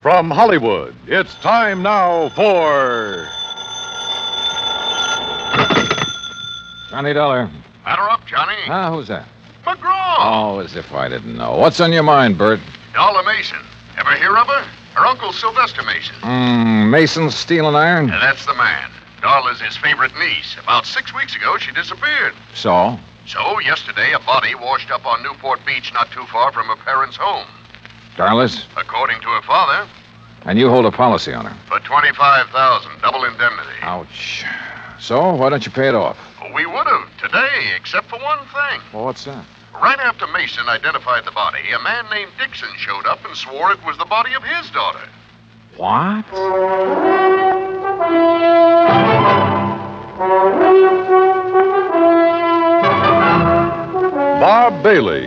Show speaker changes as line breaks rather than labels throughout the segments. From Hollywood, it's time now for.
Johnny Dollar.
Batter up, Johnny.
Ah, who's that?
McGraw.
Oh, as if I didn't know. What's on your mind, Bert?
Dollar Mason. Ever hear of her? Her uncle, Sylvester Mason.
Mm, Mason, steel, and iron?
And that's the man. Dollar's his favorite niece. About six weeks ago, she disappeared.
So?
So, yesterday, a body washed up on Newport Beach not too far from her parents' home.
Darlis?
According to her father,
And you hold a policy on her.
for 25000 double indemnity.
Ouch. So, why don't you pay it off?
We would have today, except for one thing.
Well, what's that?
Right after Mason identified the body, a man named Dixon showed up and swore it was the body of his daughter.
What?
Bob Bailey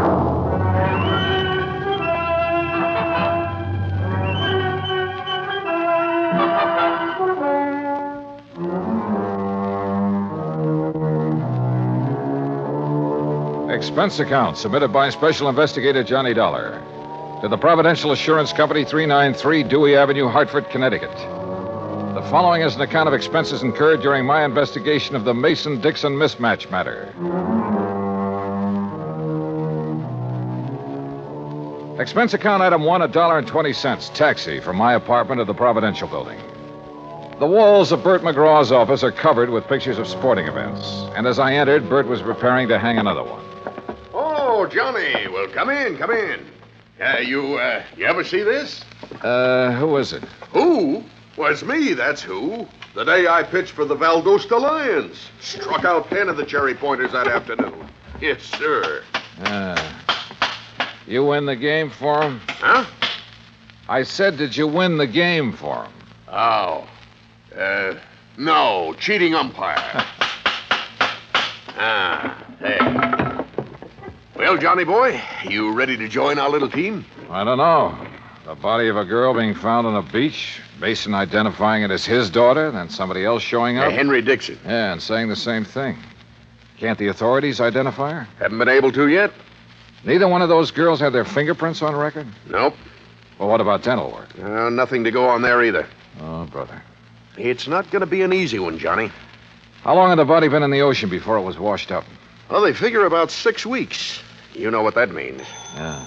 Expense account submitted by Special Investigator Johnny Dollar to the Providential Assurance Company, 393 Dewey Avenue, Hartford, Connecticut. The following is an account of expenses incurred during my investigation of the Mason Dixon mismatch matter. Expense account item one, $1.20, taxi from my apartment to the Providential building. The walls of Bert McGraw's office are covered with pictures of sporting events, and as I entered, Bert was preparing to hang another one.
Oh, Johnny. Well, come in, come in. Uh, you, uh, you ever see this?
Uh, who is it?
Who? Was me, that's who. The day I pitched for the Valdosta Lions. Struck out ten of the cherry pointers that afternoon. Yes, sir.
Uh, you win the game for him?
Huh?
I said, did you win the game for him?
Oh. Uh, no, cheating umpire. ah, there. Well, Johnny boy, you ready to join our little team?
I don't know. The body of a girl being found on a beach, Mason identifying it as his daughter, then somebody else showing
Uh,
up.
Henry Dixon.
Yeah, and saying the same thing. Can't the authorities identify her?
Haven't been able to yet?
Neither one of those girls have their fingerprints on record?
Nope.
Well, what about dental work?
Uh, nothing to go on there either.
Oh, brother.
It's not going to be an easy one, Johnny.
How long had the body been in the ocean before it was washed up?
Well, they figure about six weeks. You know what that means.
Yeah.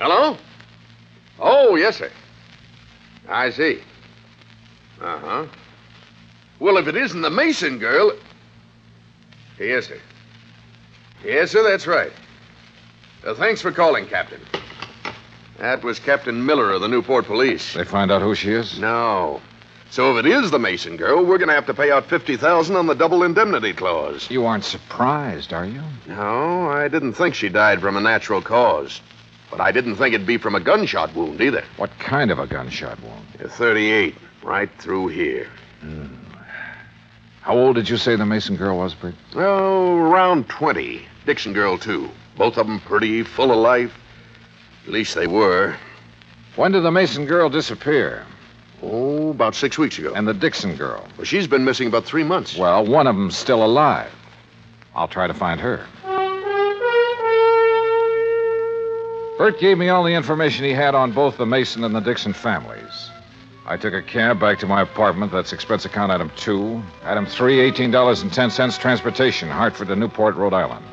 Hello? Oh, yes, sir. I see. Uh huh. Well, if it isn't the Mason girl. Yes, sir. Yes, sir, that's right. Uh, thanks for calling, Captain. That was Captain Miller of the Newport Police.
They find out who she is?
No. So if it is the Mason girl, we're going to have to pay out 50000 on the double indemnity clause.
You aren't surprised, are you?
No, I didn't think she died from a natural cause. But I didn't think it'd be from a gunshot wound either.
What kind of a gunshot wound?
A 38, right through here.
Mm. How old did you say the Mason girl was, Bert?
Oh, around 20. Dixon girl, too. Both of them pretty, full of life. At least they were.
When did the Mason girl disappear?
Oh, about six weeks ago.
And the Dixon girl?
Well, she's been missing about three months.
Well, one of them's still alive. I'll try to find her. Bert gave me all the information he had on both the Mason and the Dixon families. I took a cab back to my apartment. That's expense account item two. Item three, $18.10 transportation, Hartford to Newport, Rhode Island.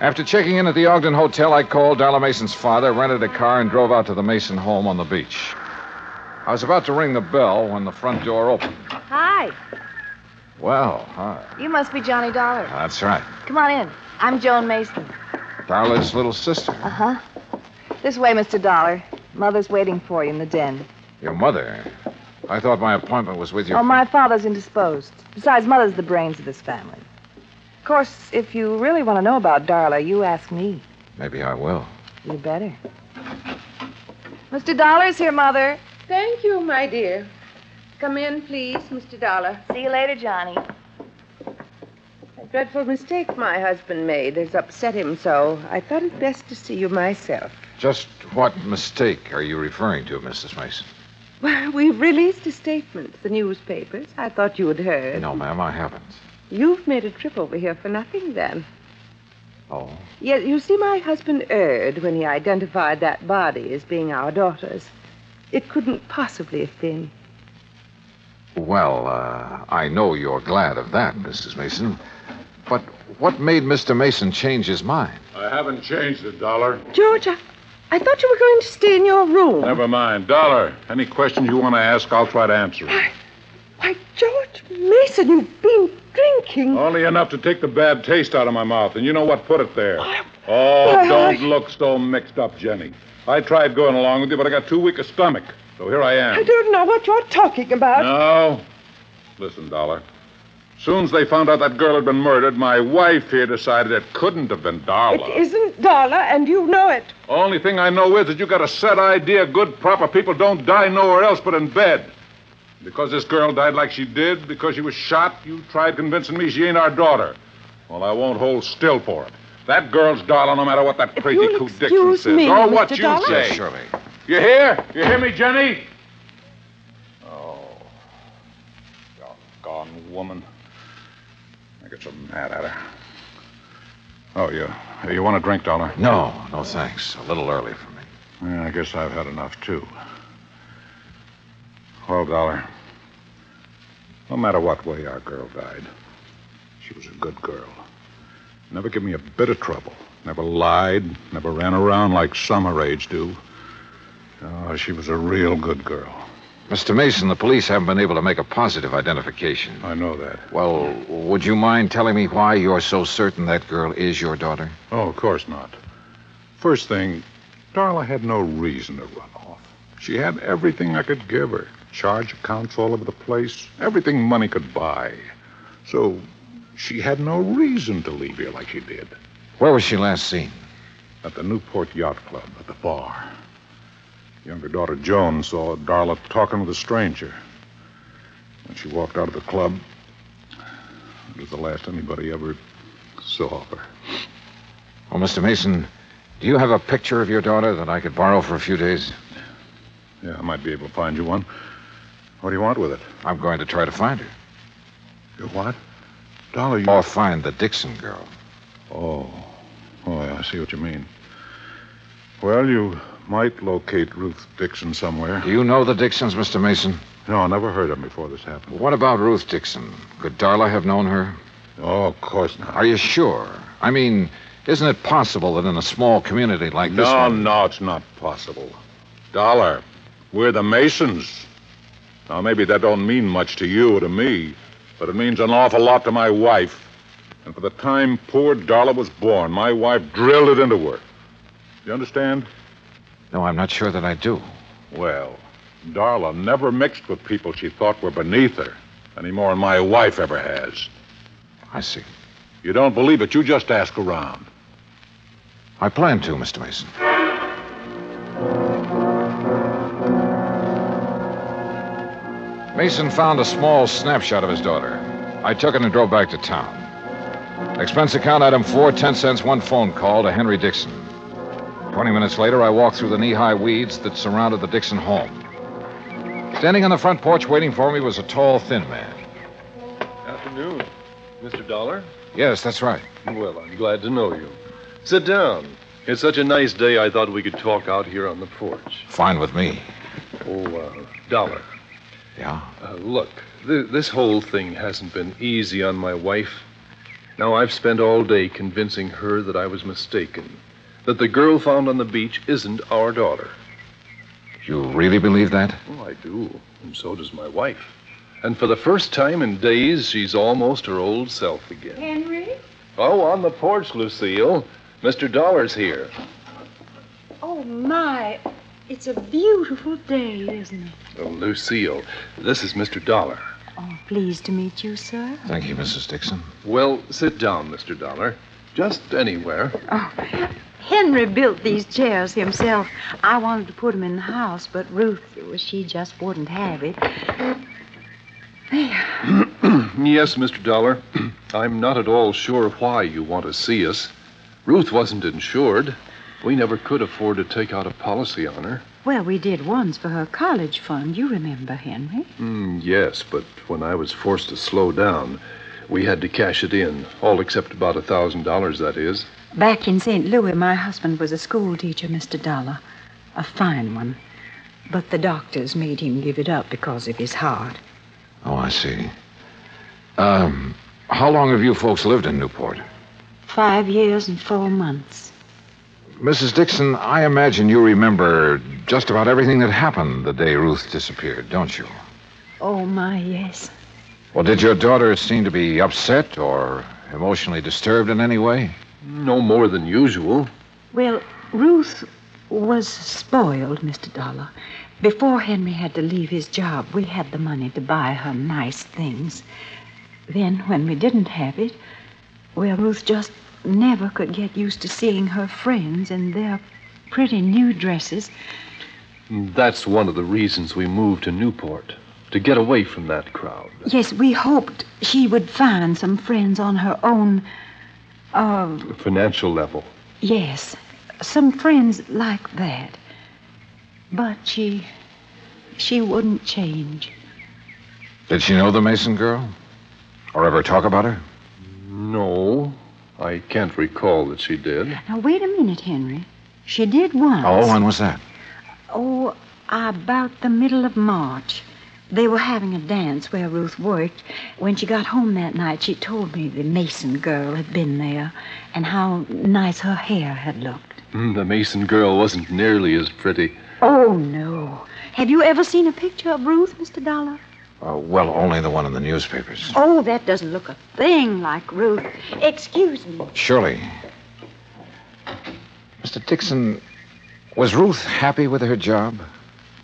After checking in at the Ogden Hotel, I called Dollar Mason's father, rented a car, and drove out to the Mason home on the beach. I was about to ring the bell when the front door opened.
Hi.
Well, hi.
You must be Johnny Dollar.
That's right.
Come on in. I'm Joan Mason.
Darla's little sister.
Uh huh. This way, Mr. Dollar. Mother's waiting for you in the den.
Your mother. I thought my appointment was with you.
Oh, my father's indisposed. Besides, Mother's the brains of this family. Of course, if you really want to know about Darla, you ask me.
Maybe I will.
You better. Mr. Dollar's here, Mother.
Thank you, Oh, my dear. Come in, please, Mr. Dollar.
See you later, Johnny.
dreadful mistake my husband made has upset him so. I thought it best to see you myself.
Just what mistake are you referring to, Mrs. Mason?
Well, we've released a statement to the newspapers. I thought you had heard.
No, ma'am, I haven't.
You've made a trip over here for nothing, then.
Oh,
Yet, you see, my husband erred when he identified that body as being our daughter's. It couldn't possibly have been.
well, uh, I know you're glad of that, Mrs. Mason. But what made Mr. Mason change his mind?
I haven't changed a dollar.
George, I, I thought you were going to stay in your room.
Never mind. Dollar. Any questions you want to ask, I'll try to answer 'em.
Why, George Mason, you've been drinking.
Only enough to take the bad taste out of my mouth, and you know what put it there. Oh, don't look so mixed up, Jenny. I tried going along with you, but I got too weak a stomach. So here I am.
I don't know what you're talking about.
No. Listen, Dollar. Soon as they found out that girl had been murdered, my wife here decided it couldn't have been Darla.
It isn't Darla, and you know it.
Only thing I know is that you got a set idea good, proper people don't die nowhere else but in bed. Because this girl died like she did, because she was shot, you tried convincing me she ain't our daughter. Well, I won't hold still for it. That girl's Darla, no matter what that crazy
you'll
coot Dixon
excuse
says.
me,
or what
Mr.
you
Dollar.
say.
surely.
You hear? You hear me, Jenny? Oh. Doggone woman. I get so mad at her. Oh, you, you want a drink, Dollar?
No, no, thanks. A little early for me.
Yeah, I guess I've had enough, too. Twelve dollar. No matter what way our girl died, she was a good girl. Never gave me a bit of trouble. Never lied. Never ran around like some her age do. Oh, she was a real good girl.
Mr. Mason, the police haven't been able to make a positive identification.
I know that.
Well, would you mind telling me why you're so certain that girl is your daughter?
Oh, of course not. First thing, Darla had no reason to run off. She had everything I could give her charge accounts all over the place, everything money could buy. So she had no reason to leave here like she did
Where was she last seen?
at the Newport Yacht Club at the bar. Younger daughter Joan saw Darla talking with a stranger. When she walked out of the club, it was the last anybody ever saw of her.
Well, Mr. Mason, do you have a picture of your daughter that I could borrow for a few days?
Yeah, I might be able to find you one. What do you want with it?
I'm going to try to find her.
You what? Dollar, you.
Or find the Dixon girl.
Oh. Oh, yeah, I see what you mean. Well, you might locate Ruth Dixon somewhere.
Do you know the Dixons, Mr. Mason?
No, I never heard of him before this happened.
What about Ruth Dixon? Could Darla have known her?
Oh, of course not.
Are you sure? I mean, isn't it possible that in a small community like this
No,
one...
no, it's not possible. Dollar, we're the Masons. Now, maybe that don't mean much to you or to me, but it means an awful lot to my wife. And for the time poor Dollar was born, my wife drilled it into her. You understand?
No, I'm not sure that I do.
Well, Darla never mixed with people she thought were beneath her, any more than my wife ever has.
I see.
You don't believe it, you just ask around.
I plan to, Mr. Mason. Mason found a small snapshot of his daughter. I took it and drove back to town. Expense account item four, ten cents, one phone call to Henry Dixon. Twenty minutes later, I walked through the knee high weeds that surrounded the Dixon home. Standing on the front porch waiting for me was a tall, thin man.
Afternoon, Mr. Dollar.
Yes, that's right.
Well, I'm glad to know you. Sit down. It's such a nice day, I thought we could talk out here on the porch.
Fine with me.
Oh, uh, Dollar,
Yeah?
uh, look, th- this whole thing hasn't been easy on my wife. Now, I've spent all day convincing her that I was mistaken, that the girl found on the beach isn't our daughter.
You really believe that?
Oh, I do, and so does my wife. And for the first time in days, she's almost her old self again.
Henry?
Oh, on the porch, Lucille. Mr. Dollar's here.
Oh, my. It's a beautiful day, isn't it?
Oh, Lucille, this is Mr. Dollar.
Oh, pleased to meet you, sir.
Thank you, Mrs. Dixon.
Well, sit down, Mr. Dollar. Just anywhere.
Henry built these chairs himself. I wanted to put 'em in the house, but Ruth, well, she just wouldn't have it.
Yes, Mr. Dollar. I'm not at all sure why you want to see us. Ruth wasn't insured. We never could afford to take out a policy on her.
Well, we did once for her college fund. You remember, Henry?
Hmm, yes, but when I was forced to slow down, we had to cash it in. All except about a thousand dollars, that is.
Back in St. Louis, my husband was a school teacher, Mr. Dollar. A fine one. But the doctors made him give it up because of his heart.
Oh, I see. Um, how long have you folks lived in Newport?
Five years and four months.
Mrs. Dixon, I imagine you remember just about everything that happened the day Ruth disappeared, don't you?
Oh, my, yes.
Well, did your daughter seem to be upset or emotionally disturbed in any way?
No more than usual.
Well, Ruth was spoiled, Mr. Dollar. Before Henry had to leave his job, we had the money to buy her nice things. Then, when we didn't have it, well, Ruth just never could get used to seeing her friends in their pretty new dresses.
That's one of the reasons we moved to Newport, to get away from that crowd.
Yes, we hoped she would find some friends on her own. Uh,
Financial level.
yes, some friends like that. But she. she wouldn't change.
Did she know the Mason girl? Or ever talk about her?
No, I can't recall that she did.
Now, wait a minute, Henry. She did once.
Oh, when was that?
Oh, about the middle of March. They were having a dance where Ruth worked. When she got home that night, she told me the Mason girl had been there and how nice her hair had looked.
Mm, The Mason girl wasn't nearly as pretty.
Oh, no. Have you ever seen a picture of Ruth, Mr. Dollar?
Uh, well, only the one in the newspapers.
Oh, that doesn't look a thing like Ruth. Excuse me.
Surely. Mr. Dixon, was Ruth happy with her job?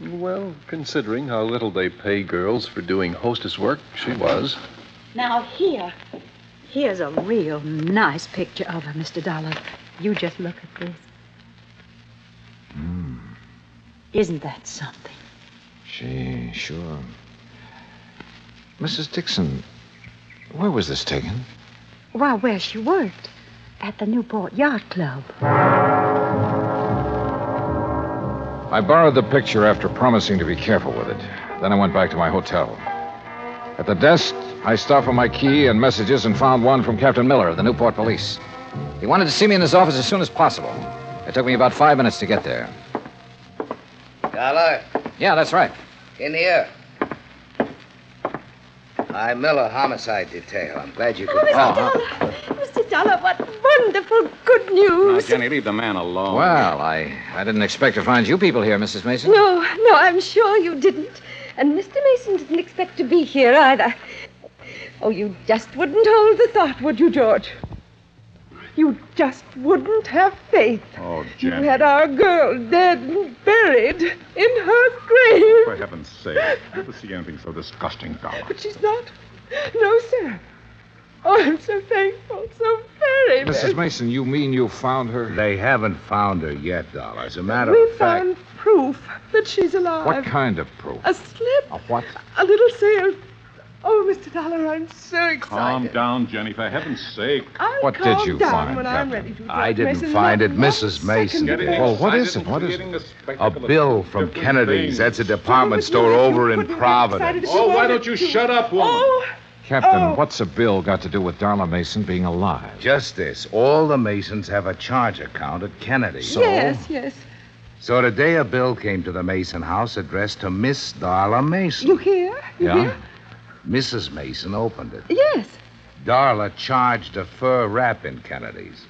Well, considering how little they pay girls for doing hostess work, she was.
Now, here. Here's a real nice picture of her, Mr. Dollar. You just look at this.
Hmm.
Isn't that something?
She, sure. Mrs. Dixon, where was this taken?
Why, where she worked. At the Newport Yacht Club.
I borrowed the picture after promising to be careful with it. Then I went back to my hotel. At the desk, I stopped for my key and messages and found one from Captain Miller of the Newport Police. He wanted to see me in his office as soon as possible. It took me about five minutes to get there.
Dollar,
Yeah, that's right.
in here. I'm Miller, homicide detail. I'm glad you could.
Uh-huh.
Uh-huh.
Mr. Oh, Dollar, what wonderful good news.
Jenny, leave the man alone.
Well, I, I didn't expect to find you people here, Mrs. Mason.
No, no, I'm sure you didn't. And Mr. Mason didn't expect to be here either. Oh, you just wouldn't hold the thought, would you, George? You just wouldn't have faith.
Oh,
You
Jenny.
had our girl dead and buried in her grave.
For heaven's sake, never see anything so disgusting, Dollar.
But she's not. No, sir. Oh, I'm so thankful, so very, very.
Mrs. Mason, you mean you found her?
They haven't found her yet, Dollar. As a matter
We found proof that she's alive.
What kind of proof?
A slip,
A what?
a little sale. Oh, Mr. Dollar, I'm so excited.
Calm down, Jenny. For heaven's sake.
I'll
What did
calm
you
down
find,
when I'm
Captain?
ready to
I
talk.
didn't
Mason,
find
not
it.
one
Mrs.
second
Mason
ago.
did.
Well, what is it? What is it?
A bill from Kennedy's. That's a department
You
store
couldn't
over
get
in
excited
Providence.
if wanted to.
up,
Oh,
Captain,
Oh.
what's a bill got to do with Darla Mason being alive?
Just this. All the Masons have a charge account at Kennedy. So,
yes, yes.
so today a bill came to the Mason house addressed to Miss Darla Mason.
You hear? You
Yeah?
Hear?
Mrs. Mason opened it.
Yes.
Darla charged a fur wrap in Kennedy's.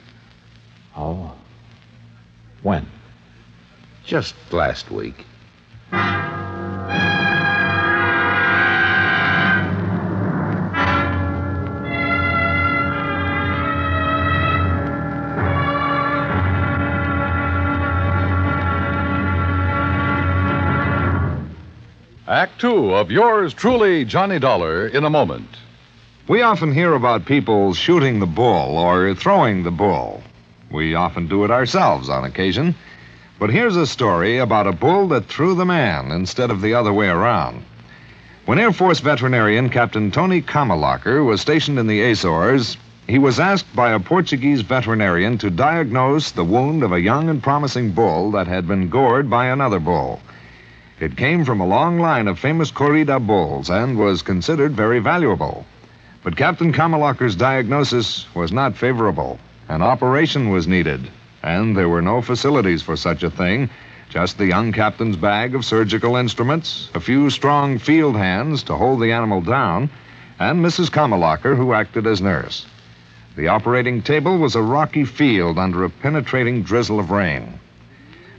Oh. When?
Just last week.
Act two of yours truly, Johnny Dollar, in a moment.
We often hear about people shooting the bull or throwing the bull. We often do it ourselves on occasion. But here's a story about a bull that threw the man instead of the other way around. When Air Force veterinarian Captain Tony Kamalocker was stationed in the Azores, he was asked by a Portuguese veterinarian to diagnose the wound of a young and promising bull that had been gored by another bull. It came from a long line of famous corrida bulls and was considered very valuable. But Captain Kamalocker's diagnosis was not favorable. An operation was needed, and there were no facilities for such a thing. Just the young captain's bag of surgical instruments, a few strong field hands to hold the animal down, and Mrs. Kamalocker, who acted as nurse. The operating table was a rocky field under a penetrating drizzle of rain.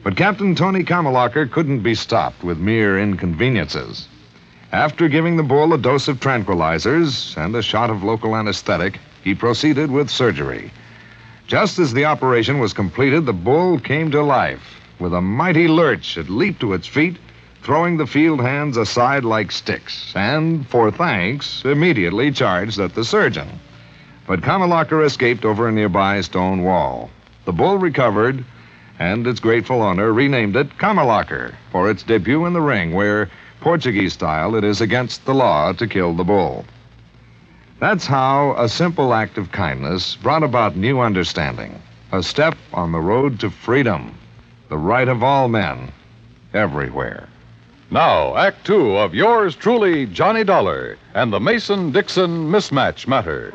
But Captain Tony Kamalocker couldn't be stopped with mere inconveniences. After giving the bull a dose of tranquilizers and a shot of local anesthetic, he proceeded with surgery. Just as the operation was completed, the bull came to life. With a mighty lurch, it leaped to its feet, throwing the field hands aside like sticks, and, for thanks, immediately charged at the surgeon. But Kamalocker escaped over a nearby stone wall. The bull recovered, and its grateful owner renamed it Kamalocker for its debut in the ring, where, Portuguese style, it is against the law to kill the bull. That's how a simple act of kindness brought about new understanding, a step on the road to freedom, the right of all men, everywhere.
Now, Act Two of yours truly, Johnny Dollar and the Mason Dixon mismatch matter.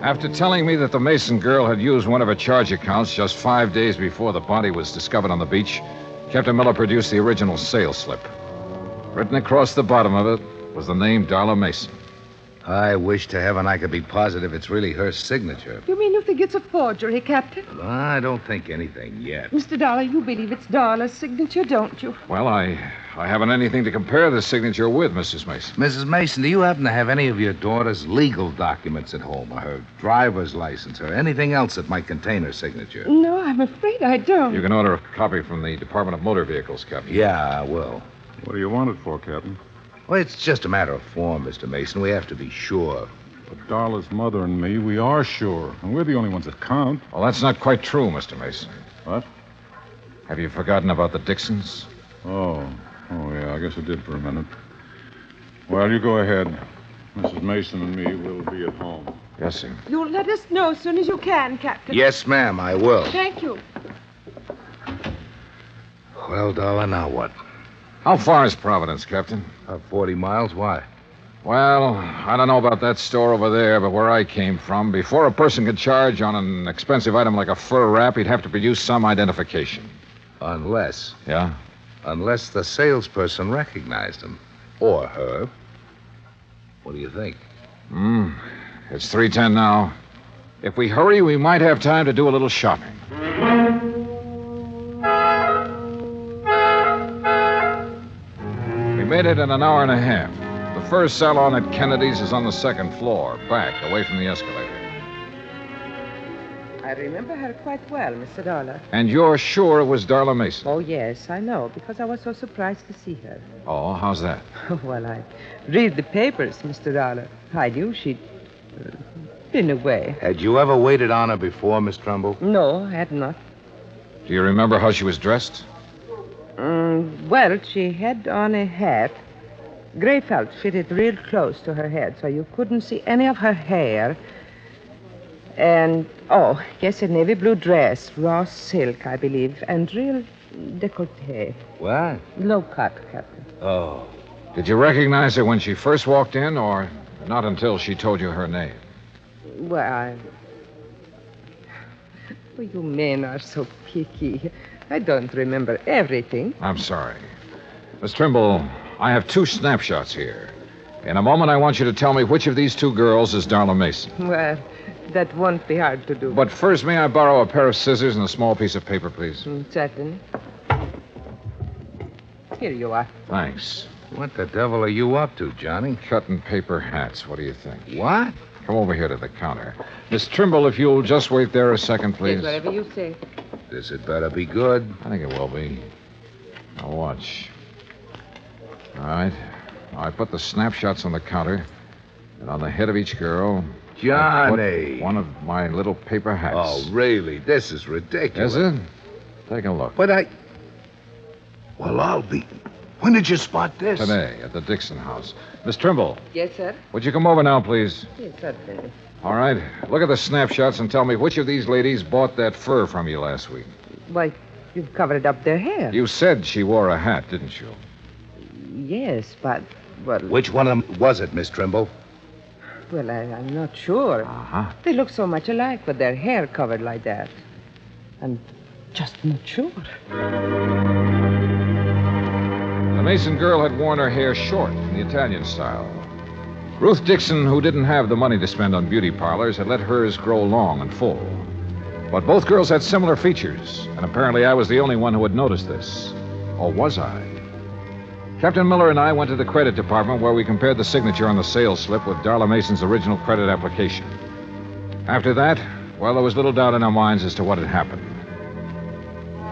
After telling me that the Mason girl had used one of her charge accounts just five days before the body was discovered on the beach, Captain Miller produced the original sales slip. Written across the bottom of it was the name Darla Mason.
I wish to heaven I could be positive it's really her signature.
You mean you think it's a forgery, Captain?
I don't think anything yet.
Mr. Dollar, you believe it's Darla's signature, don't you?
Well, I, I haven't anything to compare this signature with, Mrs. Mason.
Mrs. Mason, do you happen to have any of your daughter's legal documents at home? or Her driver's license or anything else that might contain her signature?
No, I'm afraid I don't.
You can order a copy from the Department of Motor Vehicles, Captain.
Yeah, I will.
What do you want it for, Captain?
Well, it's just a matter of form, Mr. Mason. We have to be sure.
But Darla's mother and me, we are sure. And we're the only ones that count.
Well, that's not quite true, Mr. Mason.
What?
Have you forgotten about the Dixons?
Oh. Oh, yeah, I guess I did for a minute. Well, you go ahead. Mrs. Mason and me will be at home.
Yes, sir.
You'll let us know as soon as you can, Captain.
Yes, ma'am, I will.
Thank you.
Well, Dollar, now what?
How far is Providence, Captain?
About 40 miles. Why?
Well, I don't know about that store over there, but where I came from, before a person could charge on an expensive item like a fur wrap, he'd have to produce some identification.
Unless.
Yeah?
Unless the salesperson recognized him. Or her. What do you think?
Hmm. It's 3.10 now. If we hurry, we might have time to do a little shopping.
Oh.
We made it in an hour and a half. The first salon at Kennedy's is on the second floor, back, away from the escalator.
I remember her quite well, Mr. Dollar.
And you're sure it was Darla Mason?
Oh, yes, I know, because I was so surprised to see her.
Oh, how's that?
well, I read the papers, Mr. Dollar. I knew she'd uh, been away.
Had you ever waited on her before, Miss Trumbull?
No, I had not.
Do you remember how she was dressed?
Mm, well, she had on a hat. Gray felt fitted real close to her head, so you couldn't see any of her hair. And, oh, yes, a navy blue dress, raw silk, I believe, and real décolleté.
What?
Low cut, Captain.
Oh.
Did you recognize her when she first walked in, or not until she told you her name?
Well, I... Oh, you men are so picky. I don't remember everything.
I'm sorry. Miss Trimble, I have two snapshots here. In a moment, I want you to tell me which of these two girls is Darla Mason.
Well, that won't be hard to do.
But first, may I borrow a pair of scissors and a small piece of paper, please?
Mm, Certainly. Here you are.
Thanks.
What the devil are you up to, Johnny?
Cutting paper hats. What do you think?
What?
Come over here to the counter. Miss Trimble, if you'll just wait there a second, please.
Take whatever you say.
This had better be good.
I think it will be. Now watch. All right. Now I put the snapshots on the counter, and on the head of each girl,
Johnny.
Put One of my little paper hats.
Oh, really? This is ridiculous.
Is it? Take a look.
But I. Well, I'll be. When did you spot this?
Today at the Dixon house. Miss Trimble,
Yes, sir?
would you come over now, please?
Yes, certainly.
All right. Look at the snapshots and tell me which of these ladies bought that fur from you last week.
Why, you've covered up their hair.
You said she wore a hat, didn't you?
Yes, but, well...
Which one of them was it, Miss Trimble?
Well, I, I'm not sure.
Uh-huh.
Ah. They look so much alike with their hair covered like that. I'm just not sure.
The Mason girl had worn her hair short in the Italian style. Ruth Dixon, who didn't have the money to spend on beauty parlors, had let hers grow long and full. But both girls had similar features, and apparently I was the only one who had noticed this. Or was I? Captain Miller and I went to the credit department where we compared the signature on the sales slip with Darla Mason's original credit application. After that, well, there was little doubt in our minds as to what had happened.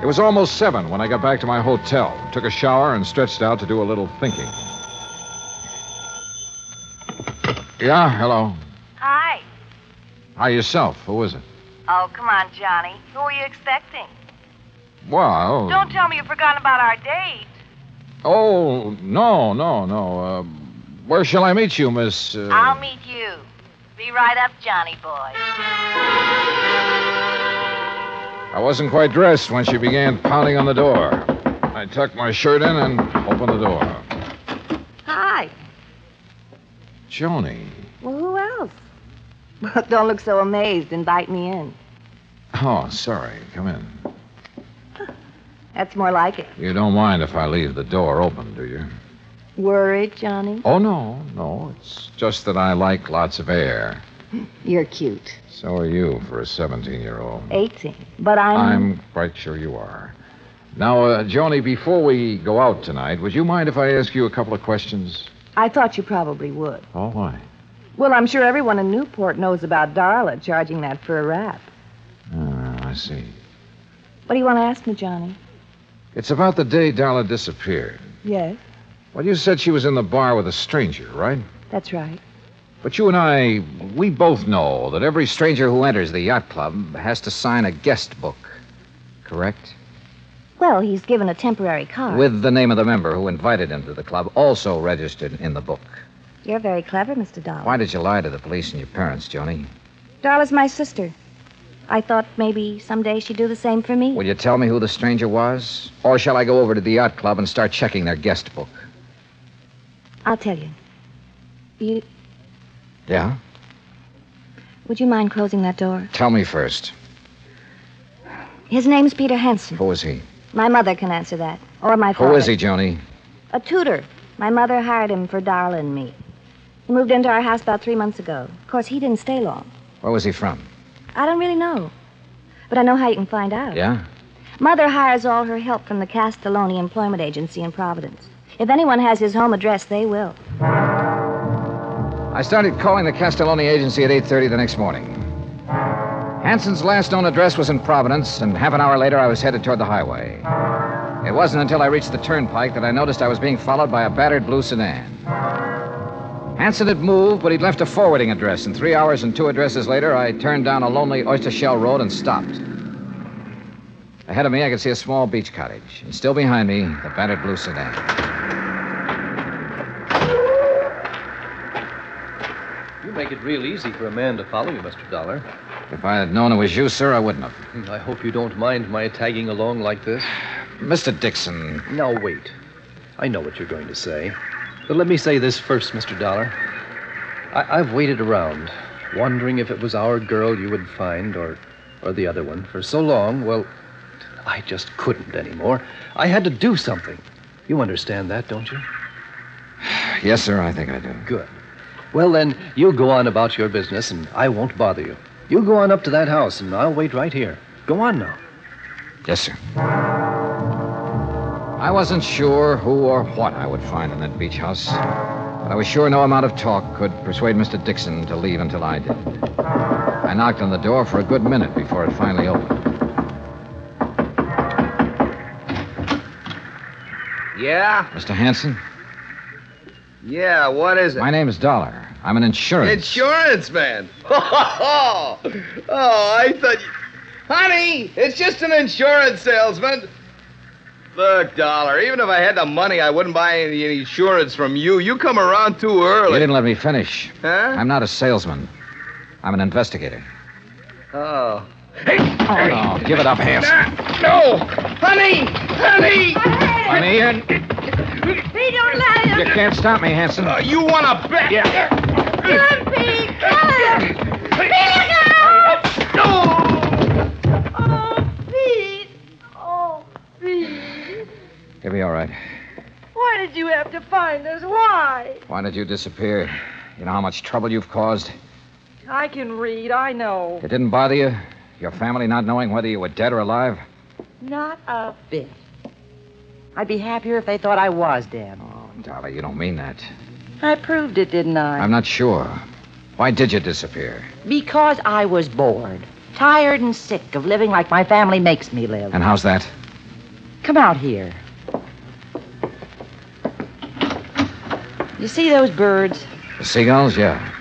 It was almost seven when I got back to my hotel, took a shower, and stretched out to do a little thinking. Yeah, hello.
Hi.
Hi yourself. Who is it?
Oh, come on, Johnny. Who are you expecting?
Well.
Don't tell me you've forgotten about our date.
Oh, no, no, no. Uh, where shall I meet you, Miss? Uh...
Um.
I'll meet you. Be right up, Johnny boy.
I wasn't quite dressed when she began pounding on the door. I tucked my shirt in and opened the door.
Hi.
Joni.
Well, who else? Well, don't look so amazed. Invite me in.
Oh, sorry. Come in.
That's more like it.
You don't mind if I leave the door open, do you?
Worried, Johnny?
Oh, no, no. It's just that I like lots of air.
You're cute.
So are you for a 17 year old.
18. But I'm.
I'm quite sure you are. Now, uh, Joni, before we go out tonight, would you mind if I ask you a couple of questions?
I thought you probably would.
Oh, why?
Well, I'm sure everyone in Newport knows about Darla charging that for a wrap.
Ah, I see.
What do you want to ask me, Johnny?
It's about the day Darla disappeared.
Yes,
Well, you said she was in the bar with a stranger, right?
that's right.
But you and I, we both know that every stranger who enters the yacht club
Has to sign a guest book, correct?
Well, he's given a temporary card.
With the name of the member who invited him to the club, also registered in the book.
You're very clever, Mr. Dollar.
Why did you lie to the police and your parents, Joni?
Darla's my sister. I thought maybe someday she'd do the same for me.
Will you tell me who the stranger was? Or shall I go over to the yacht club and start checking their guest book?
I'll tell you. You
Yeah?
would you mind closing that door?
Tell me first.
His name's Peter Hansen.
Who is he?
My mother can answer that, or my father.
Who is he, Joni?
A tutor. My mother hired him for Darla and me. He moved into our house about three months ago. Of course, he didn't stay long.
Where was he from?
I don't really know, but I know how you can find out.
Yeah?
Mother hires all her help from the Castelloni Employment Agency in Providence. If anyone has his home address, they will.
I started calling the Castelloni agency at 8.30 the next morning. Hanson's last known address was in Providence, and half an hour later I was headed toward the highway. It wasn't until I reached the turnpike that I noticed I was being followed by a battered blue sedan. Hanson had moved, but he'd left a forwarding address, and three hours and two addresses later, I turned down a lonely oyster shell road and stopped. Ahead of me, I could see a small beach cottage, and still behind me, the battered blue sedan.
You make it real easy for a man to follow you, Mr. Dollar.
If I had known it was you, sir, I wouldn't have.
I hope you don't mind my tagging along like this.
Mr. Dixon.
Now, wait. I know what you're going to say. But let me say this first, Mr. Dollar. I- I've waited around, wondering if it was our girl you would find or, or the other one for so long. Well, I just couldn't anymore. I had to do something. You understand that, don't you?
Yes, sir, I think I do.
Good. Well, then, you go on about your business, and I won't bother you. You go on up to that house, and I'll wait right here. Go on now.
Yes, sir. I wasn't sure who or what I would find in that beach house, but I was sure no amount of talk could persuade Mr. Dixon to leave until I did. I knocked on the door for a good minute before it finally opened.
Yeah?
Mr. Hanson?
Yeah, what is it?
My name's Dollar. I'm an insurance.
Insurance man. Oh, I thought you. Honey, it's just an insurance salesman. Look, Dollar, even if I had the money, I wouldn't buy any insurance from you. You come around too
You
early.
didn't let me finish.
Huh?
I'm not a salesman. I'm an investigator.
Oh.
Oh, give it up, Hanson.
No! Honey! Honey!
Honey, and
They don't let
you can't stop me, Hanson.
Oh, you want to bet? Yeah.
Pete! Oh, Pete!
He'll be all right.
Why did you have to find us? Why?
Why did you disappear? You know how much trouble you've caused?
I can read, I know.
It didn't bother you? Your family not knowing whether you were dead or alive?
Not a bit. I'd be happier if they thought I was dead.
Dolly, you don't mean that.
I proved it, didn't I?
I'm not sure. Why did you disappear?
Because I was bored, tired, and sick of living like my family makes me live.
And how's that?
Come out here. You see those birds?
The seagulls? Yeah.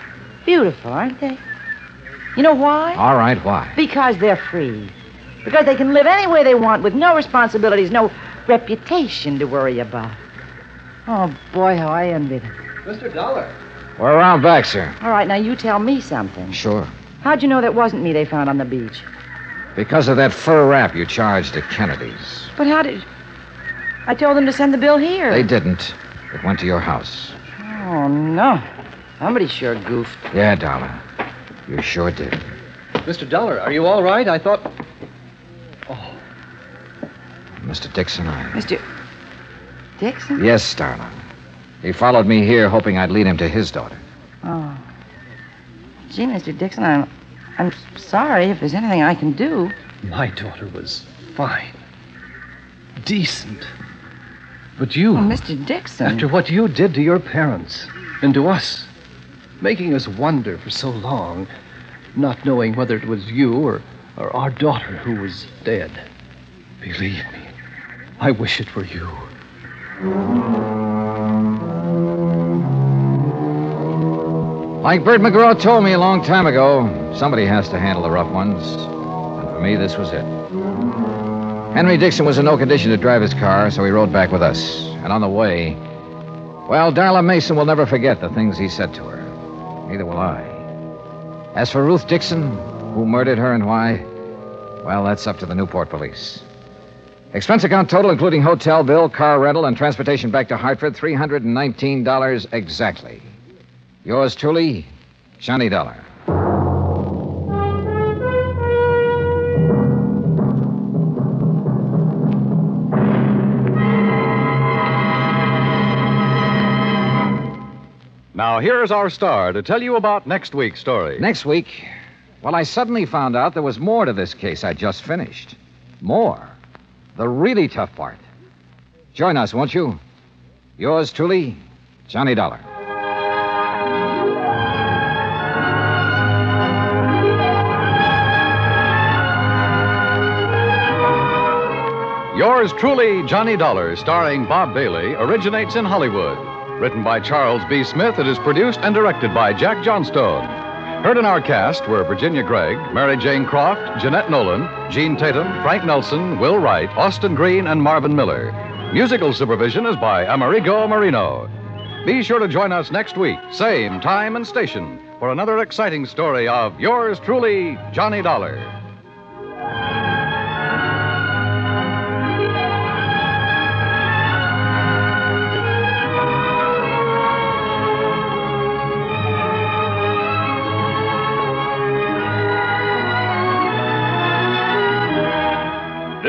Beautiful, aren't they? You know why?
All right, why?
Because they're free. Because they can live any way they want with no responsibilities, no reputation to worry about. Oh, boy, how I envy them.
Mr. Dollar.
We're around back, sir.
All right, now you tell me something.
Sure.
How'd you know that wasn't me they found on the beach?
Because of that fur wrap you charged at Kennedy's.
But how did. I told them to send the bill here.
They didn't. It went to your house.
Oh, no. Somebody sure goofed.
Yeah, Dollar. You sure did.
Mr. Dollar, are you all right? I thought.
Mr. Dixon, I.
Mr. Dixon?
Yes, darling. He followed me here hoping I'd lead him to his daughter.
Oh. Gee, Mr. Dixon, I'm. I'm sorry if there's anything I can do.
My daughter was fine, decent. But you.
Oh, Mr. Dixon.
After what you did to your parents and to us, making us wonder for so long, not knowing whether it was you or, or our daughter who was dead. Believe me, I wish it were you.
Like Bert McGraw told me a long time ago, somebody has to handle the rough ones. And for me, this was it. Henry Dixon was in no condition to drive his car, so he rode back with us. And on the way, well, Darla Mason will never forget the things he said to her. Neither will I. As for Ruth Dixon, who murdered her and why, well, that's up to the Newport police. Expense account total, including hotel bill, car rental, and transportation back to Hartford, $319 exactly. Yours truly, Johnny Dollar.
Now, here is our star to tell you about next week's story.
Next week, well, I suddenly found out there was more to this case I just finished. More. The really tough part. Join us, won't you? Yours truly, Johnny Dollar.
Yours truly, Johnny Dollar, starring Bob Bailey, originates in Hollywood. Written by Charles B. Smith, it is produced and directed by Jack Johnstone. Heard in our cast were Virginia Gregg, Mary Jane Croft, Jeanette Nolan, Gene Tatum, Frank Nelson, Will Wright, Austin Green, and Marvin Miller. Musical supervision is by Amerigo Marino. Be sure to join us next week, same time and station, for another exciting story of yours truly, Johnny Dollar.